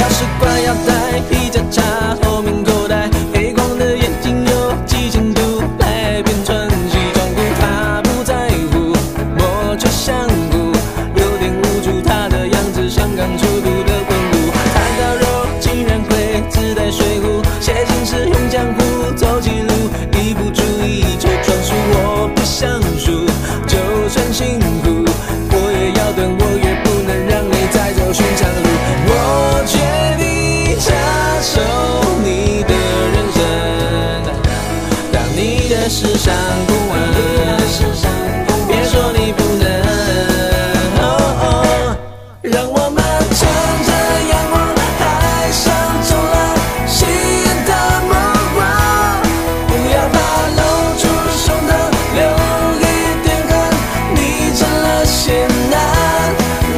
钥匙罐腰带，皮夹叉，后面口袋，黑框的眼镜有几千度，来便穿西装裤，他不在乎，我却想哭，有点无助，他的样子像刚出炉的混乳，谈到肉竟然会自带水壶，写信时用江湖走几路，一不注意就装输，我不想输，就算辛苦，我也要等，我也不能让你再走寻常路。我决定插手你的人生，当你的世上公文，别说你不能。哦哦让我们乘着阳光，海上冲浪，吸引的目光。不要怕露出胸膛，留一点汗，你成了险难。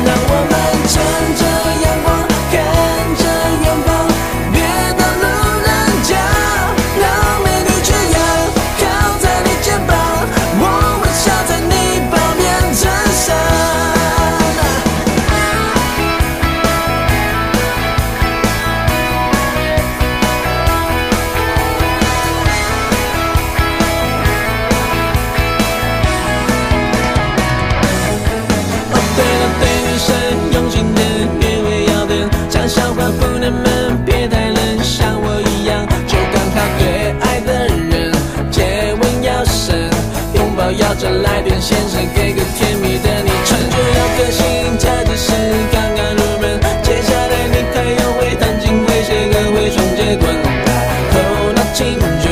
让我们乘着阳光，看着远方，别当路人甲，让美女缺氧，靠在你肩膀，我微笑在你旁边衬衫。对了，对女生用心点，约会要等，想笑话不能闷，别太冷，像我一样，就刚好对爱的人，接吻要深，拥抱要再来点，先生给个甜蜜的昵称，就要个性，这只是刚刚入门，接下来你还要会弹琴，会写歌，会双截棍，头脑清楚，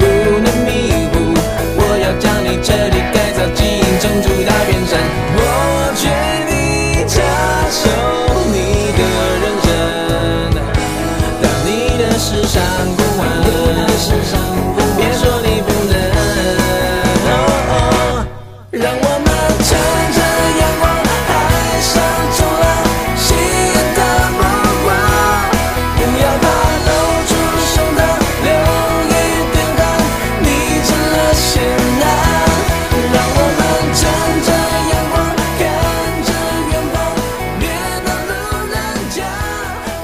不能迷糊，我要将你彻底改造，基因重组大变身。我决定插手你的人生，当你的世上公文，别说你不能。哦哦让我们乘着阳光，海上冲浪，吸引的目光。不要怕露出胸膛，留一点汗，你成了险难。让我们乘着阳光，看着远方，别当路人甲，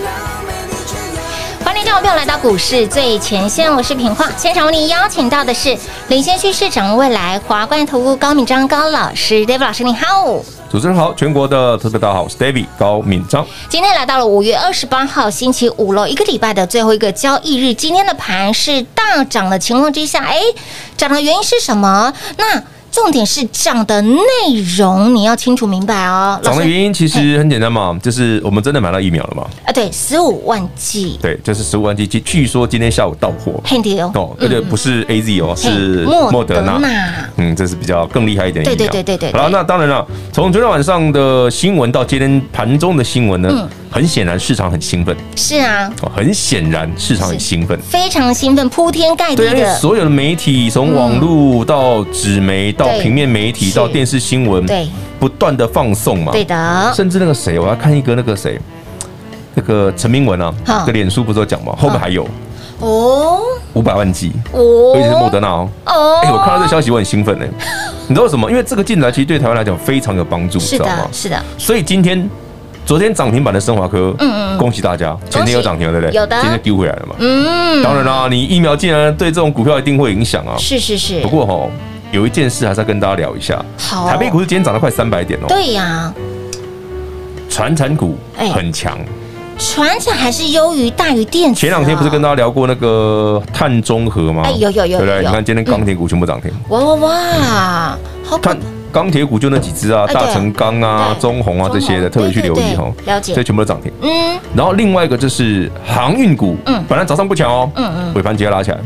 让美丽缺氧。欢迎各位朋友来到股市最前线，我是品化。现场为您邀请到的是领先趋势、掌握未来华冠投顾高敏章高老师，David 老师，你好。主持人好，全国的特别大家好，我是 David 高敏章。今天来到了五月二十八号星期五喽，一个礼拜的最后一个交易日。今天的盘是大涨的情况之下，哎，涨的原因是什么？那重点是涨的内容，你要清楚明白哦。涨的老师原因其实很简单嘛，就是我们真的买到疫苗了嘛，啊，对，十五万剂，对，就是十五万剂，据据说今天下午到货嘿迪哦，哦，而且不是 A Z 哦，是嘿莫德莫德纳纳，嗯，这是比较更厉害一点的疫苗。对对对对对好了，对那当然了，从昨天晚上的新闻到今天盘中的新闻嗯呢，很显然市场很兴奋，是啊，哦很显然市场很兴奋。非常兴奋，铺天盖地对啊，因为的，所有的媒体，从网络到纸媒，到嗯对平面媒体，是到电视新闻，对，不断的放送嘛。对的，甚至那个谁，我要看一个那个谁，那个陈明文啊，哈那个脸书不是有讲嘛，后面还有哦五百万剂，哦，而且是莫德纳哦。哦，哎、我看到这个消息，我很兴 奋哎、你知道为什么？因为这个进来其实对台湾来讲非常有帮助，是知道吗的，？是的，所以今天。昨天涨停板的升华科，嗯嗯恭喜大家！前天有涨停了，对不对？有的今天丢回来了嘛。嗯，当然啦、你疫苗竟然对这种股票一定会影响啊。是是是，不过哈、有一件事还是要跟大家聊一下。好台北股市今天涨了快三百点哦。，对呀、传产股哎很强。船产还是优于大于电子、前两天不是跟大到家聊过那个碳中和吗？哎有有有有嗯对不对？有你看今天钢铁股全部涨停，啊哇哇哇，好可碳钢铁股就那几只啊，哎对大成钢啊、对中红啊这些的，特中红别去留对意对哦。对了解这全部都涨停。嗯，然后另外一个就是航运股，嗯本来早上不强哦，嗯嗯尾盘直接拉起来，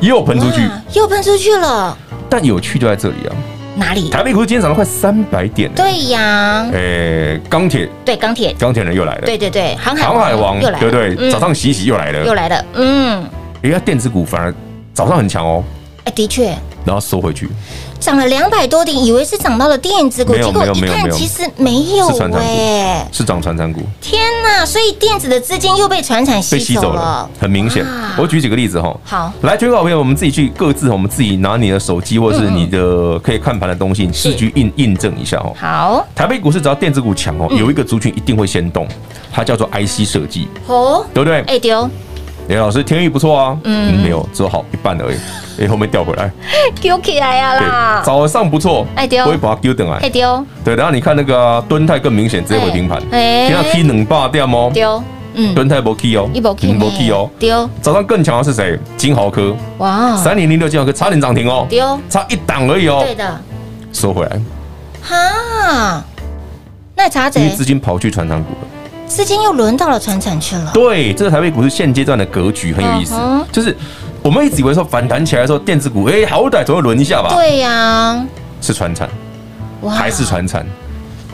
又喷出去。哇又喷出去了，但有趣就在这里啊，哪里？台北股市今天涨了快三百点呢。对呀，哎诶，钢铁对钢铁，钢铁人又来了，对对对，航海航海王又来了，对不对？嗯早上洗一洗又来又了，来了，嗯，人家电子股反而早上很强哦，哎，的确然后收回去，涨了两百多点，以为是涨到了电子股，没有结果没有一没有看没有其实没有是传产股哎，是涨传产股天哪！所以电子的资金又被船产被吸吸走走了了，，很明显哇。我举几个例子哈、好，来，全国好朋友，我们自己去各自，我们自己拿你的手机或是嗯嗯你的可以看盘的东西，你自己去印印证一下哦。好嗯台北股市只要电子股强哦，有一个族群一定会先动，它叫做 IC 设计，哦，对不对？哎丢雷老师天域不错啊，嗯嗯，没有，只有好一半而已，哎，后面掉回来，丢起来呀对，啦，早上不错，啊哎对哦不会把它丢等来哎，丢对，然后你看那个敦泰更明显，直接回平盘，哎哎你看 K 能霸掉吗？丢，嗯，哦敦泰不 K 哦，一波 K 嗯没 key 哦，丢早上更强的是谁？金豪科，哇，三零零六金豪科差点涨停哦，丢，差一档而已哦，啊对的，收回来，哈，那茶因为贼资金跑去传长股了。资金又轮到了船产去了，对，这个台北股市现阶段的格局很有意思嗯哼，就是我们一直以为说反弹起来的时候，电子股哎好歹总会轮一下吧，对呀，是船产哇啊还是船产，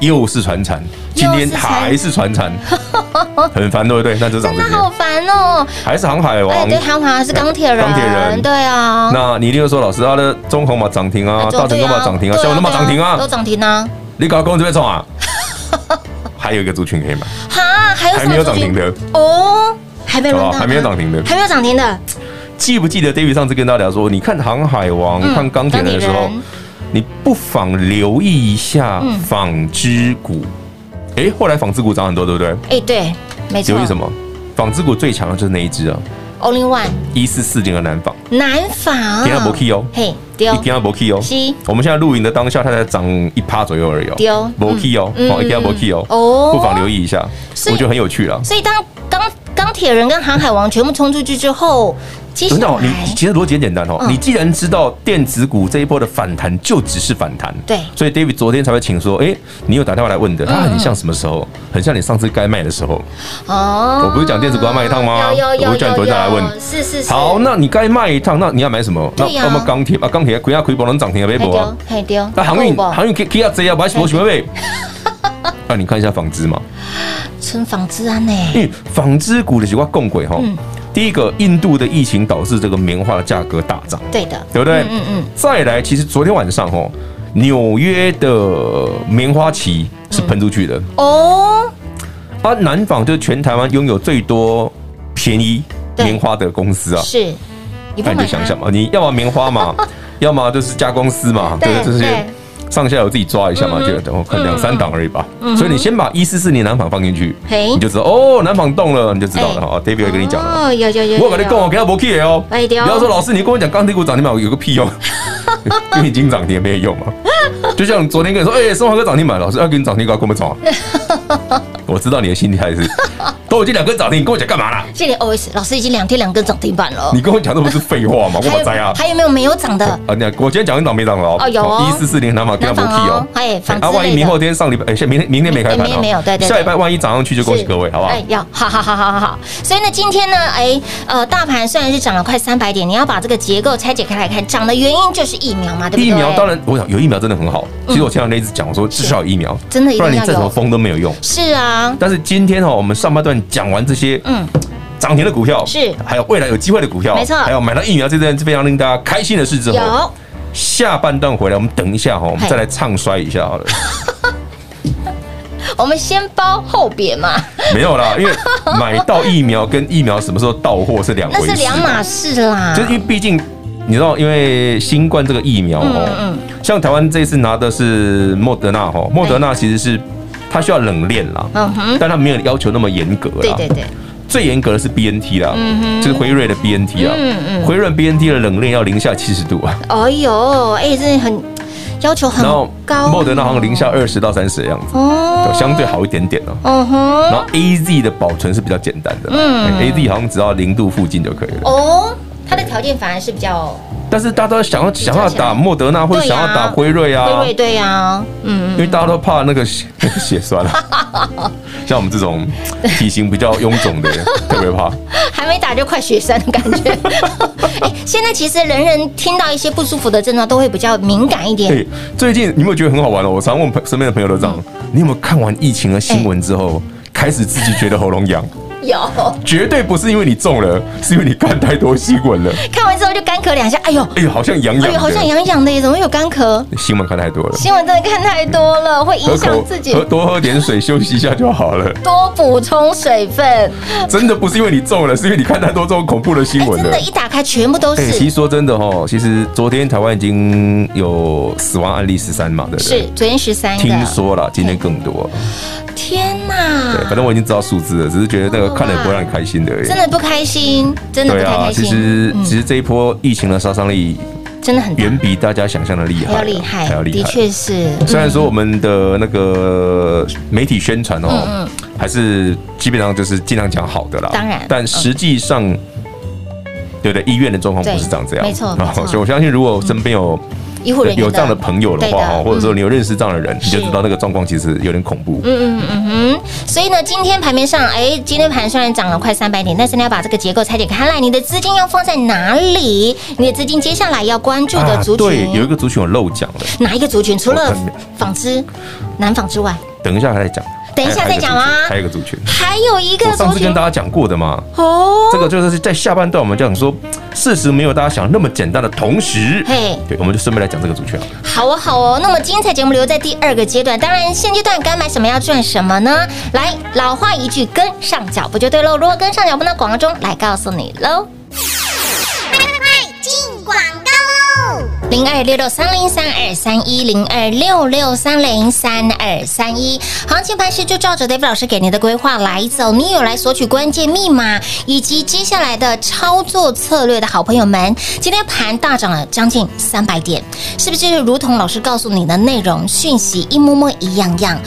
又是船产，今天还是 船产，很烦对不对？那就涨真这的些，好烦哦！还是航海哎，王对，。韩华是钢铁人，钢铁人对啊，那你一定会说老师，他的中红嘛涨停啊，大成都嘛涨停啊，小哎对文都嘛涨停都啊，涨停啊！你搞公这边 冲啊？还有一个族群可以买，哈，还有还什没么有族涨群停的，哦，还没好轮不到好？吗，啊还没有涨停的，还没有涨停的，记不记得 David 上次跟大家聊说，你看航海王、嗯看钢铁人的时钢候铁人，你不妨留意一下嗯纺织股。诶，后来纺织股涨很多，对不对？哎，对，没错。留意什么？纺织股最强的就是那一只啊， ？Only One 一四四零的南纺，南纺，今天没去哦啊嘿，一丢定要不 key 哦。西我们现在录影的当下，它才涨一趴左右而已哦，丢，不 key 哦，嗯哦，一定要不 key 哦，哦不妨留意一下，所我以觉得很有趣啦。所以当钢钢铁人跟航海王全部冲出去之后，接下真的哦，你来其实逻辑很简单哦。哎嗯你既然知道电子股这一波的反弹就只是反弹，对嗯所以 David 昨天才会请说，哎，你有打电话来问的，它很像什么时候？很像你上次该卖的时候。哦我不是讲电子股要卖一趟吗有有有，我不是叫你有昨天有来问是是是，好，那你该卖一趟，那你要买什么？那对呀那么钢铁啊，钢铁亏啊亏波能涨停啊，没嘿波啊丢。，嘿丢，哦那航运够不航运 K K 啊 Z 啊，买什么什么呗？ 那你看一下纺织嘛，存纺织啊安呢？因为纺织股的几块共轨哈嗯。第一个，印度的疫情导致这个棉花的价格大涨。对的，对不对？嗯嗯嗯再来，其实昨天晚上哦，纽约的棉花旗是喷出去的，哦，而啊，南纺就是全台湾拥有最多便宜对棉花的公司啊。是，你那你就想想嘛，你要么棉花 嘛，要么就是加工司嘛，对对这些对上下游自己抓一下嘛，嗯就等我看两三档而已吧。所以你先把一四四年南纺放进去，嘿你就知道哦，南纺动了，你就知道了哎哦。David 会跟你讲了。哦，有有有，我跟你有讲，我，给他不 key 哦。哎不对哦要说老师，你跟我讲钢铁股涨停板有个屁 用，因为已经涨停没有用嘛。就像昨天跟你说，哎，松华哥涨停板，老师要给你涨停板，跟我们吵。 我知道你的心态是，都已经两根涨停，你跟我讲干嘛啦？这里 OS 老师已经两天两根涨停板了，你跟我讲这不是废话吗？我还哪有在啊？还有没有没有涨的？啊，你看我今天讲跟涨没涨了哦有哦一四四零南马给他不 key 哦南纺哦。哎纺织啊，万一类的明后天上礼拜，哎，现明天明天没开盘明哦，天没有对对对下礼拜万一涨上去就恭喜是各位，好不好哎？，要，好好好好好好。所以呢，今天呢，哎，呃，大盘虽然是涨了快三百点，你要把这个结构拆解开来看，涨的原因就是疫苗嘛，对不对？嗯疫苗当然，我想有疫苗真的很好。其实我前两天一直讲，我说至少有疫苗，真的一不定然你要再怎么有疯都没有用。是啊，但是今天哈、哦，我们上半段讲完这些，嗯，涨停的股票是还有未来有机会的股票，没错还有买到疫苗这件非常令大家开心的事之后，有下半段回来我们等一下哈、哦，我们嘿再来唱衰一下 好了，我们先包后扁嘛，没有啦，因为买到疫苗跟疫苗什么时候到货哦是两回那事，是两码事啦。就是因为毕竟。你知道，因为新冠这个疫苗哦，嗯像台湾这次拿的是莫德纳哈、哦，莫德纳其实是它需要冷链啦，嗯哼，但它没有要求那么严格啦。对对对，最严格的是 BNT 啦，就是辉瑞的 BNT 啦，嗯嗯辉瑞 BNT 的冷链要零下七十度啊，哎呦，哎，真的很要求很然后高哦，莫德纳好像零下二十到三十的样子，哦就，相对好一点点哦。嗯哼，然后 A Z 的保存是比较简单的，嗯，A 哦 Z 好像只要零度附近就可以了。哦，它的条件反而是比较但是大家都想要想要打莫德纳或者对呀想要打辉瑞辉啊，瑞对呀，嗯，因为大家都怕那个血 血栓啊。 像我们这种体型比较臃肿的人，特别怕。还没打就快血栓的感 觉。哎，现在其实人人听到一些不舒服的症状都会比较敏感一哎、点。最近你有没有觉得很好玩哦？我常问朋身边的朋友都这样，嗯你有没有看完疫情的新闻之后，开始自己觉得喉咙痒？有绝对不是因为你中了，是因为你看太多新闻了。看完之后就干咳两下，哎呦，哎呦，好像痒痒的，哎呦，好像痒痒的耶，怎么会有干咳？新闻看太多了。新闻真的看太多了，会影喝响口自己喝。多喝点水，休息一下就好 了。多补充水分，真的不是因为你中了，是因为你看太多这种恐怖的新哎，闻真了的，。一打开全部都哎、其是实。说真的哦，其实昨天台湾已经有死亡案例十三嘛，对不对？是哎昨天十三听个，说了，今天更多。天对，反哪，正我已经知道数字了，只是觉得那个看了也不会让你开心的而已真。的不开心，真的不对太啊，开其心。实嗯其实这一波疫情的杀伤力真的很大远比大家想象的厉还害啊，要厉害还要，厉的害。确是。虽然说我们的那个媒体宣传嗯哦，还是基本上就是尽量讲好的啦，当然嗯但实际上，对对，医院的状况不是长这样，对没错然后没错所以我相信，如果身边有医护人员有这样的朋友的话，哦或者说你有认识这样的人，你嗯是就知道那个状况其实有点恐怖。嗯嗯嗯哼，所以呢，今天盘面上，啊哎，今天盘虽然涨了快三百点，但是你要把这个结构拆解开来，你的资金要放在哪里？你的资金接下来要关注的族啊对，群，有一个族群有漏讲了，哪一个族群？除我了看纺织、南纺之外，等一下再讲，等一下再讲啊还有一个族群，还有一还有一个族群个我上族次跟群大家讲过的嘛，哦，这个就是在下半段我们讲说，事实没有大家想那么简单的同时，嘿对，我们就顺便来讲这个族群啊。好哦，好哦。那么精彩节目留在第二个阶段，当然现阶段该买什么要赚什么呢？来，老话一句，跟上脚步就对喽。如果跟上脚步呢，广告中来告诉你喽。零二六六三零三二三一零二六六三零三二三一，行情盘势就照着 David 老师给您的规划来走。你有来索取关键密码以及接下来的操作策略的好朋友们，今天盘大涨了将近三百点，是不是就如同老师告诉你的内容讯息一模模一样样？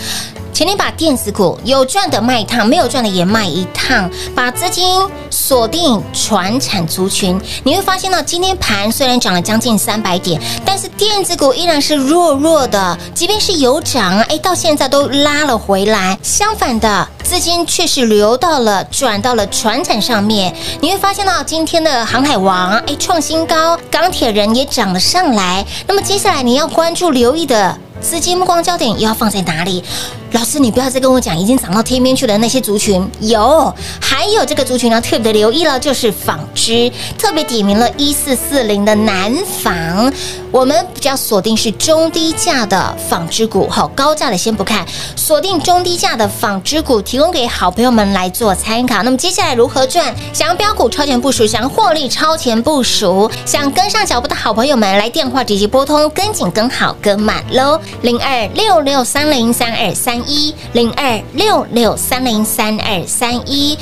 请你把电子股有赚的卖一趟，没有赚的也卖一趟，把资金锁定传产族群。你会发现到今天盘虽然涨了将近三百点，但是电子股依然是弱弱的，即便是有涨，哎，到现在都拉了回来。相反的，资金却是流到了转到了船产上面。你会发现到今天的航海王，哎，创新高，钢铁人也涨了上来。那么接下来你要关注留意的。资金目光焦点又要放在哪里？老师，你不要再跟我讲已经涨到天边去的那些族群，有，还有这个族群要特别留意了，就是纺织，特别点名了一四四零的南纺，我们比较锁定是中低价的纺织股，好，高价的先不看，锁定中低价的纺织股，提供给好朋友们来做参考。那么接下来如何赚？想要标股超前部署，想要获利超前部署，想跟上脚步的好朋友们，来电话直接拨通，跟紧、跟好、跟满喽！零二六六三零三二三一，零二六六三零三二三一。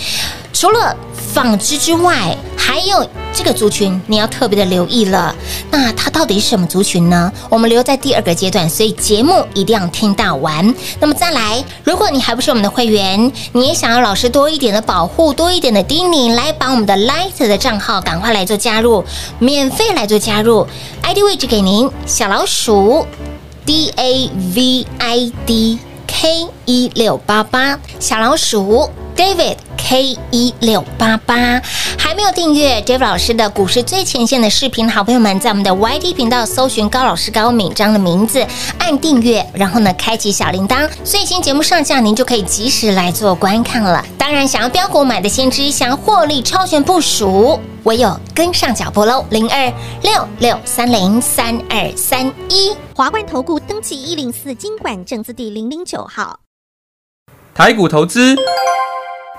除了纺织之外，还有这个族群你要特别的留意了。那它到底是什么族群呢？我们留在第二个阶段，所以节目一定要听到完。那么再来，如果你还不是我们的会员，你也想要老师多一点的保护，多一点的叮咛，来把我们的 Light 的账号赶快来做加入，免费来做加入，ID 位置给您，小老鼠 D A V I D K 一六八八，小老鼠 David K 一六八八。还没有订阅 David 老师的股市最前线的视频，好朋友们在我们的 YT 频道搜寻高老师高敏章的名字，按订阅，然后呢开启小铃铛，最新节目上架您就可以及时来做观看了。当然，想要标股买的先知，想要获利超前部署。唯有跟上脚步喽，零二六六三零三二三一。华冠投顾登记一零四经管证字第零零九号，台股投资，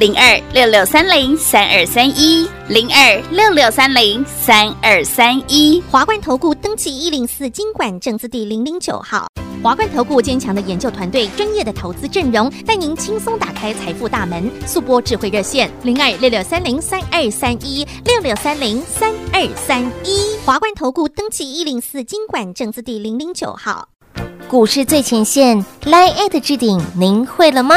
零二六六三零三二三一零二六六三零三二三一。华冠投顾登记一零四经管证字第零零九号。华冠投顾坚强的研究团队，专业的投资阵容，带您轻松打开财富大门。速播智慧热线零二六六三零三二三一六六三零三二三一。华冠投顾登记一零四经管证字第零零九号。股市最前线 Line at 置顶，您会了吗？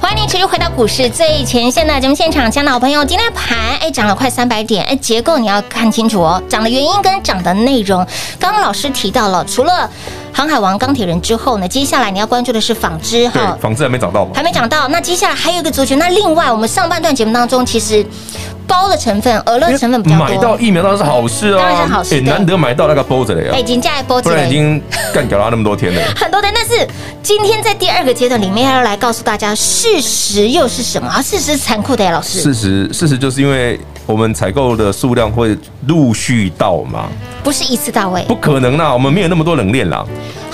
欢迎你持续回到股市最前线的节目现场，亲爱的好朋友，今天的盘哎涨了快三百点，哎结构你要看清楚哦，涨的原因跟涨的内容。刚刚老师提到了，除了航海王、钢铁人之后呢，接下来你要关注的是纺织对哈，，房子还没涨到嘛还？没涨到。那接下来还有一个族群，那另外我们上半段节目当中，其实包的成分、鹅肉成分比较多，买到疫苗当然是好事啊，当然是好事对哎难得买到那个包子了哎，呀，金价还波不起然来已。经干掉他那么多天了。很多的，但是今天在第二个阶段里面要来告诉大家，事实又是什么？啊，事实是残酷的耶，老师，事实，事实就是因为我们采购的数量会陆续到嘛，不是一次到位不可能啦，我们没有那么多冷链啦。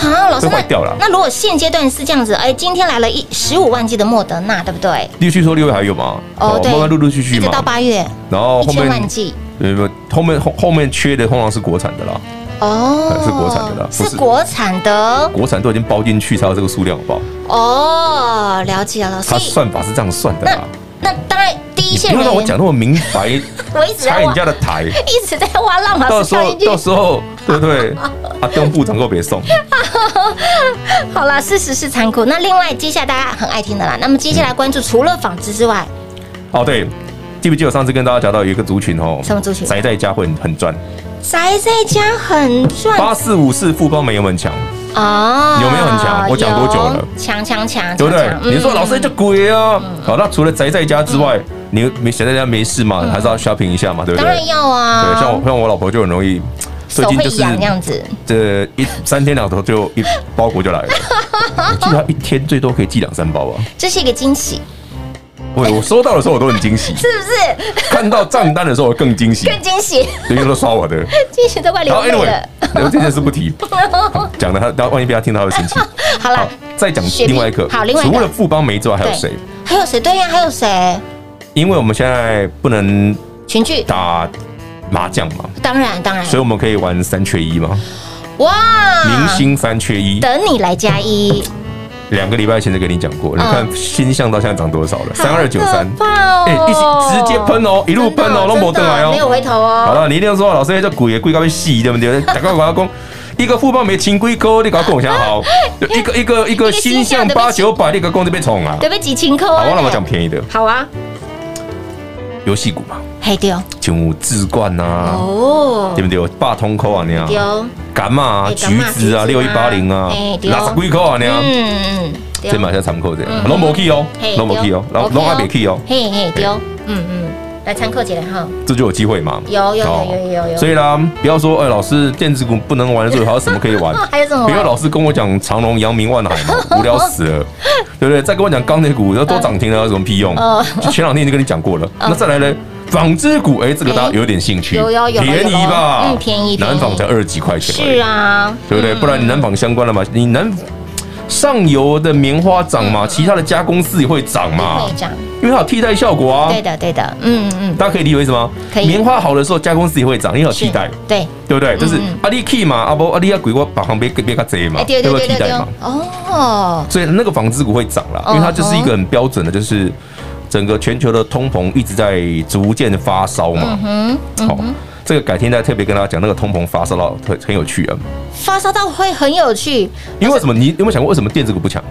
啊，老师会坏掉了那那如果现阶段是这样子，哎，今天来了一十五万剂的莫德纳，对不对？陆续说六月还有嘛，哦哦对，慢慢陆陆续续一直到嘛，八月然后一后千万面剂。呃不后面后后面缺的通常是国产的啦，哦哎，是国产的啦不是是国产的国产都已经包进去才有这个数量，好不好？哦，了解了，所它以算法是这样算的那啦。那当然第一你线不人要让我员，讲那么明 白，我一直在拆人挖，家的台。一直在挖浪到老师时跳候进去到时候对 不对？啊，东部长够别送，好啦，事实是残酷。那另外，接下来大家很爱听的啦。那么接下来关注除了纺织之外，哦，对，记不记得我上次跟大家讲到有一个族群哦，什么族群嗯宅在家会很很赚，宅在家很赚八四五四富邦没有很强，哦有没有很强我讲多久了？有强强强，嗯对不对强？强你说老师就鬼啊，嗯好，那除了宅在家之外，你没宅在家没事嘛，还是要 shopping 一下嘛，对嗯不当对？然要啊，对，像我像我老婆就很容易，最手近会就是痒那样子，这一三天两头就一包裹就 来了，我记得她一天最多可以寄两三包吧。这是一个惊喜，喂，我收到的时候我都很惊喜，是不是？看到账单的时候我更惊喜，更惊喜， 因为都刷我的。惊喜都快流然后泪 anyway，了。我这件事不提，讲的他，他万一被他听到，他会生气。好啦好，，再讲雪碧另外一个，好另外一个除了富邦梅之外，还有对谁？还有谁？对呀，还有谁？因为我们现在不能群聚，打麻将嘛，当然当然，所以我们可以玩三缺一嘛，哇明星三缺一。等你来加一，两个礼拜前就跟你讲过，你看新象到现在涨多少了？三二九三嗯好可，怕哦哎，一起直接喷哦，一路真的喷哦，都没真等的来没有哦。回头好哦。了，你一定要说老师，那叫鬼也贵到被洗，对 不对？打个广告工，一个富邦没清规哥，你搞共享 好，就一个一个一个新象八九百，你搞工就被宠啊。对不起，晴空好，啊！我让我讲便宜的好啊，游戏股嘛，嘿丢像智冠呐，哦啊对不对？霸通扣啊，你啊，丢，干嘛啊哎橘子啊，柑仔橘六一子八啊零啊哎，对哦哪十几扣啊，你啊，嗯嗯丢这买下长扣这样，嗯拢无去哦嘿，拢无去哦，对拢拢还没去哦，嘿嘿丢，嗯嗯，来参考一下哈，这就有机会嘛。有有哦有有有有，所以啦，不要说哎，老师电子股不能玩的时候，还有什么可以 玩？哦还有什么不？要老是跟我讲长隆、阳明、万海 嘛，无聊死了，对不对？再跟我讲钢铁股要都涨停了，有什么屁用？呃就前两天已经跟你讲过了。那再来呢，纺织股，哎，这个大家有点兴趣，哦有有有便宜吧？嗯便宜便宜南纺才二十几块钱，是，啊，对不对？不然你南纺相关的嘛，你南上游的棉花涨嘛，其他的加工四也会涨嘛嗯会，长，因为它有替代效果啊对。的对的，嗯嗯，大家可以理解为什么？可以棉花好的时候，加工四也会涨，因为有替代是。，对，对不对？就是嗯阿里 key 嘛，啊阿波阿里亚鬼我把旁边别个贼嘛，哎对对不对替对对代，嘛？哦，所以那个纺织股会涨啦，因为它就是一个很标准的，就是整个全球的通膨一直在逐渐发烧嘛。嗯，好，这个改天再特别跟大家讲那个通膨发烧到很很有趣啊。发烧到会很有趣。因为为什么你有没有想过为什么电子股不强？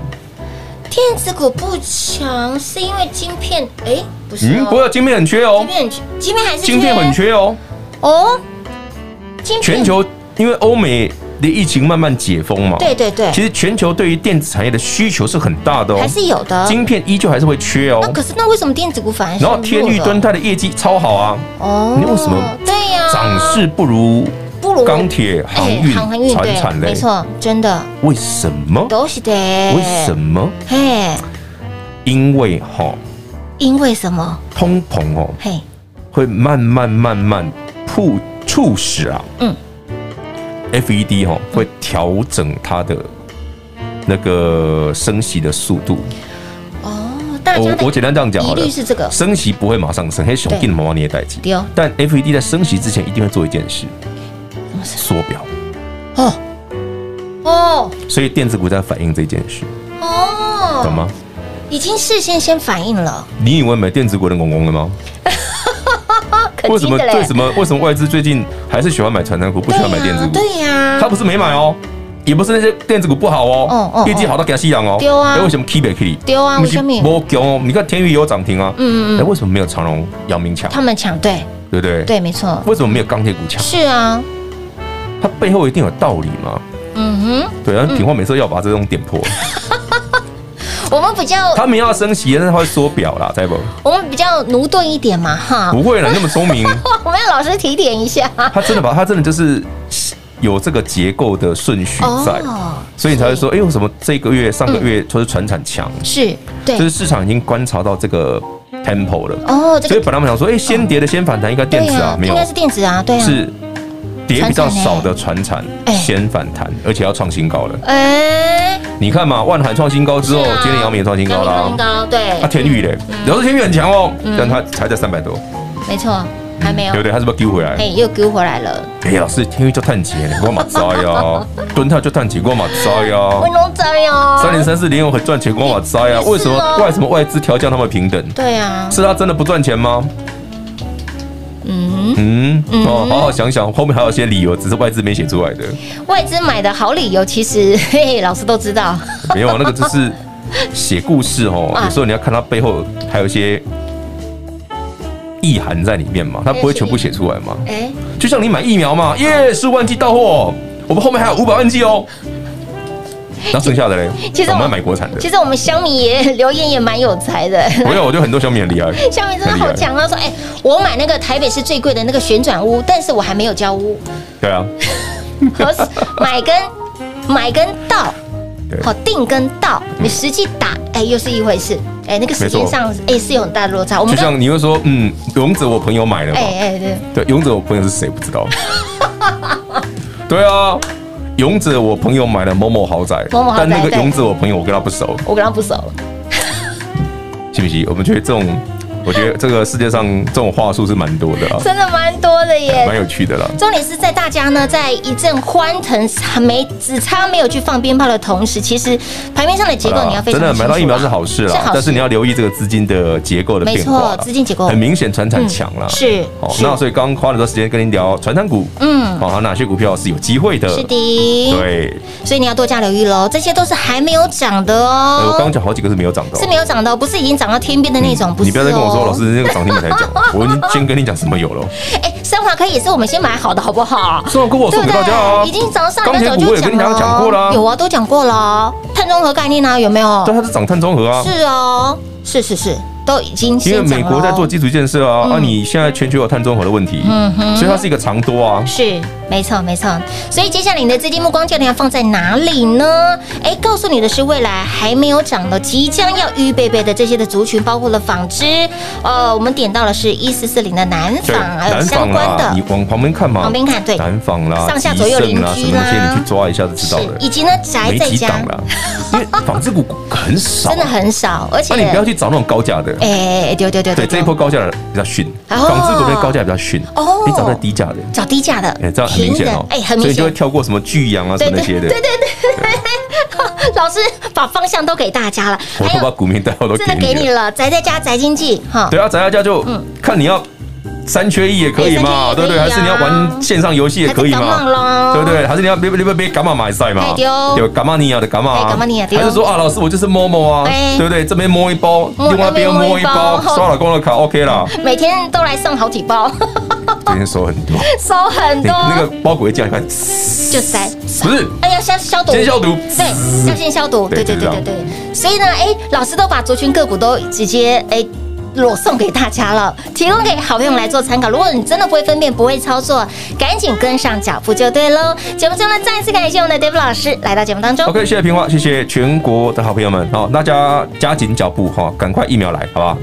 电子股不强是因为晶片，哎，不是嗯，不哦，过晶片很缺哦晶，片很缺晶片还是晶片很缺哦，哦，晶片全球因为欧美的疫情慢慢解封嘛，对对对，其实全球对于电子产业的需求是很大的哦，还是有的。晶片依旧还是会缺哦那。可是那为什么电子股反而是 然后天域弱的敦泰的业绩超好啊，哦你为什么对呀、涨势不如啊不如钢铁、航哎运、航运船对产，嘞没？错，真的为什么？都是的。为为什？么？嘿，因为哈、因为什么？通膨哦，嘿，会慢慢慢慢促促使啊，嗯，FED 哈、会调整它的那个升息的速度。哦，大家我的我简单这样讲好疑了虑，是这个哦升息不会马上升，黑熊定毛毛你也带起。丢但 FED 在升息之前一定会做一件事，缩表。哦哦所以电子股在反映这件事，哦，懂？吗？已经事先先反应了，你以为买电子股的拱拱了吗？可为什惜么呃的为嘞什。么为什么外资最近还是喜欢买传产股，不喜欢买电子股？对呀、他不是没买哦，也不是那些电子股不好哦哦哦，业绩好到给他吸氧哦。对啊哎为什么 keep 不 keep？对啊不是为什么没强哦，你看天宇也有涨停啊，嗯嗯哎，嗯，为什么没有长荣、阳明强？他们抢对对不对？，对，没错，为什么没有钢铁股强？是啊，它背后一定有道理嘛？嗯对，然后品化每次要把这种点 破，哼，我们比较他们要升息，但是他会缩表啦，在不？我们比较驽钝一点嘛哈，不会啦，那么聪明， 我们要老师提点一下。他真的把他真的就是有这个结构的顺序在，哦，所以你才会说，哎，为什么这个月、上个月都是船产强？是对就是市场已经观察到这个 tempo 了。哦，这所以个本来我们想说，哎、先跌的先反弹，应该电对子啊呀，，没应有该，是电子啊，对啊，是跌比较传产欸少的船产哎先反弹，而且要创新高了。哎，你看嘛，万海创新高之后是啊，哦今天阳明也创新高阳啦明创新。高，嗯对啊，，天宇嘞，然后天宇很强哦，但它才在三百多，没错，嗯还没有对不，对？它是不是丢回来哎，？又丢回来了，哎，老师，天宇就探钱，你给我马灾 呀！蹲泰就探钱，给我马灾我呀！弄脏哟，哦三零三四联永很赚钱，给我马灾呀！也是为什么哦为什么外资调降他们平等？对啊，是他真的不赚钱吗？嗯，嗯，哦，好好想想，后面还有些理由，只是外资没写出来的。外资买的好理由，其实嘿嘿，老师都知道，没有，那个就是 写故事哦。啊有时候你要看它背后还有一些意涵在里面嘛，它不会全部写出来嘛。哎，就像你买疫苗嗯嘛，耶，十五万剂到货，我们后面还有五百万剂 哦。那剩下的嘞，其实我我们要买国产的其。实我们小米也 留言也蛮有才的，没有，我觉得很多小啊米很 厉害。小米真的很厉害好强，他说，哎，我买那个台北市最贵的那个旋转屋，但是我还没有交 屋，对啊，我是买跟买跟到对，嗯好定跟到，你实际打，哎，又是一回事，哎，那个时间上，哎，是有很大的落差。我就们刚，像你会说，嗯，勇者我朋友买了嘛哎，哎，对，对，勇者我朋友是谁不知 道？对啊，勇者我朋友买了某某豪宅，某某豪宅但那个对勇者我朋友我跟他不熟，我跟他不熟了，信不信？我们觉得这种，我觉得这个世界上这种话术是蛮多的啦，啊真的蛮多的蛮耶。有趣的啦。重点是在大家呢，在一阵欢腾，没只差没有去放鞭炮的同时，其实盘面上的结构好啦你要非真常的清楚买啊到疫苗是好事是啦好，事但是你要留意这个资金的结构的没变化错啦，，资金结构很明显，船产强啦。是好，是那所以刚刚花了很多时间跟您聊船产股，嗯好，还有哪些股票是有机会的？是，的，哦对，所以你要多加留意喽。这些都是还没有涨的哎我刚刚哦，讲好几个是没有涨的哦，是没有涨的哦，不是已经涨到天边的那种，嗯不是。哦你不要再跟我说，老师。那个涨停板 才讲，我已经先跟你讲什么有了。哎，升华科也是我们先买好的，好不好？虽然跟我对送不给对？大家啊，已经早上钢那铁早股就我也跟讲大了家哦，讲过啦，有啊，都讲过了哦，碳中和概念啊，有没有对，？它是涨碳中和啊，是哦，是是是，都已经因为先讲美了哦嗯国在做基础建设啊，啊，你现在全球有碳中和的问题，所以它是一个长多啊。是，没错，没错。所以接下来你的资金目光焦点要放在哪里呢？哎，告诉你的是，未来还没有涨的、即将要预备备的这些的族群，包括了纺织，呃，我们点到了是一四四零的南纺，还有南相纺关啦，的你往旁边看嘛，旁边看对南纺啦，上下左右吉盛啊邻居什么啦那些你去抓一下就知是道了，以及呢宅没在几家档，啦，因为纺织股很少，啊真的，很少，而且那你不要去找那种高价的，哎，丢丢丢对，这一波高价的比较逊，哦纺织股的高价比较逊，哦你找在低价的。找低价的，哎，这样很明显哦，哎，很所以明你就会显。跳过什么巨阳啊什对么那对些的对对，对对，老师把方向都给大家了，我都把股民代号都真的给给你你了。啊了，宅在家宅经济哈，对啊，宅家家就看你要三缺一也可以嘛，哎三缺一也可以啊对不对？还是你要玩线上游戏也可以还是感冒咯嘛，对不对？还是你要别别别别感冒买赛嘛哎，对哦有感冒你啊的感冒哎啊感冒你啊，对哦还是说啊老师我就是摸摸啊，哎对不对？这边摸一包，摸另外一边那边摸摸一一包，包刷老公的卡 OK 啦，每天都来送好几包， 今天手很多，收很你多，那个包裹一进来，就塞。不是哎呀，消消毒，先消毒，对，要先消毒，对对对就是对这样对对。所以呢，哎，老师都把族群个股都直接哎裸送给大家了， 提供给好朋友们来做参考。如果你真的不会分辨、不会操作，赶紧跟上脚步就对喽。节目中呢，再次感谢我们的 David 老师来到节目当中。 OK，谢谢平花，谢谢全国的好朋友们，好、大家加紧脚步哈、赶快疫苗来，好不好？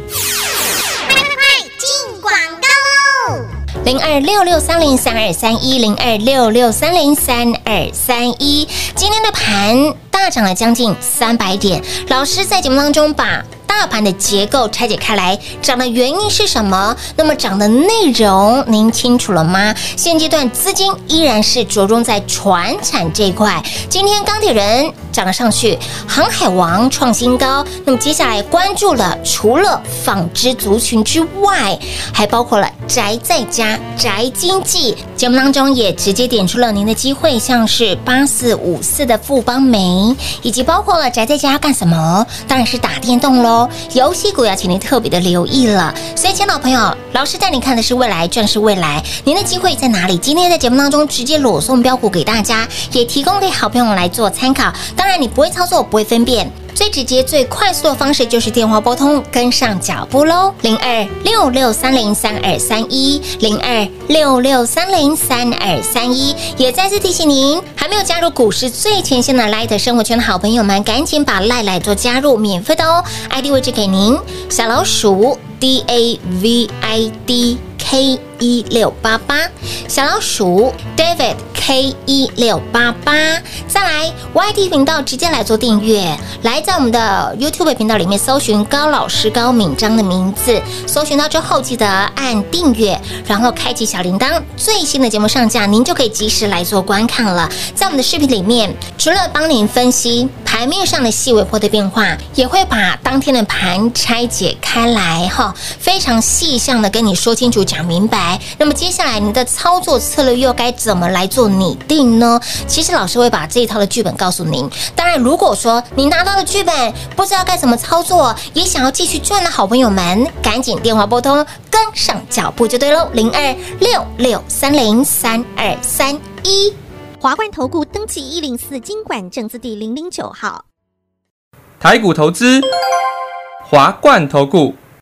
进广告喽！零二六六三零三二三一零二六六三零三二三一。今天的盘大涨了将近三百点，老师在节目当中把。大盘的结构拆解开来，涨的原因是什么？那么涨的内容您清楚了吗？现阶段资金依然是着重在船产这一块。今天钢铁人涨了上去，航海王创新高。那么接下来关注了，除了纺织族群之外，还包括了宅在家、宅经济。节目当中也直接点出了您的机会，像是八四五四的富邦煤，以及包括了宅在家干什么？当然是打电动喽。游戏股要请您特别的留意了。所以，亲爱的朋友，老师带你看的是未来，赚是未来，您的机会在哪里？今天在节目当中直接裸送标股给大家，也提供给好朋友来做参考。当然，你不会操作，不会分辨。最直接、最快速的方式就是电话拨通，跟上脚步喽，零二六六三零三二三一，零二六六三零三二三一。也再次提醒您，还没有加入股市最前线的 Light 生活圈的好朋友们，赶紧把赖来做加入，免费的哦，ID 位置给您，小老鼠 D A V I D。K 一六八八，小老鼠 David K 一六八八，再来 YT 频道直接来做订阅，来在我们的 YouTube 频道里面搜寻高老师高敏章的名字，搜寻到之后记得按订阅，然后开启小铃铛，最新的节目上架您就可以及时来做观看了。在我们的视频里面，除了帮您分析盘面上的细微波的变化，也会把当天的盘拆解开来哈，非常细项的跟你说清楚、讲明白。那么接下来你的操作策略又该怎么来做拟定呢？其实老师会把这一套的剧本告诉您。当然，如果说你拿到了剧本不知道该怎么操作，也想要继续赚的好朋友们，赶紧电话拨通，跟上脚步就对喽，零二六六三零三二三一。华冠投顾登记一零四经管证字第零零九号。台股投资，华冠投顾。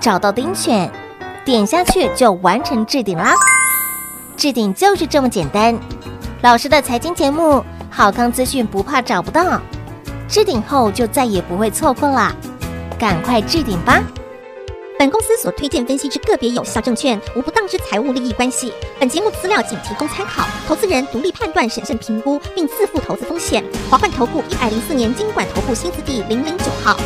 找到钉选，点下去就完成置顶啦。置顶就是这么简单。老师的财经节目，好康资讯不怕找不到，置顶后就再也不会错过啦，赶快置顶吧！本公司所推荐分析之个别有效证券，无不当之财务利益关系。本节目资料仅提供参考，投资人独立判断、审慎评估，并自负投资风险。华冠投顾一百零四年经管投顾新字第零零九号。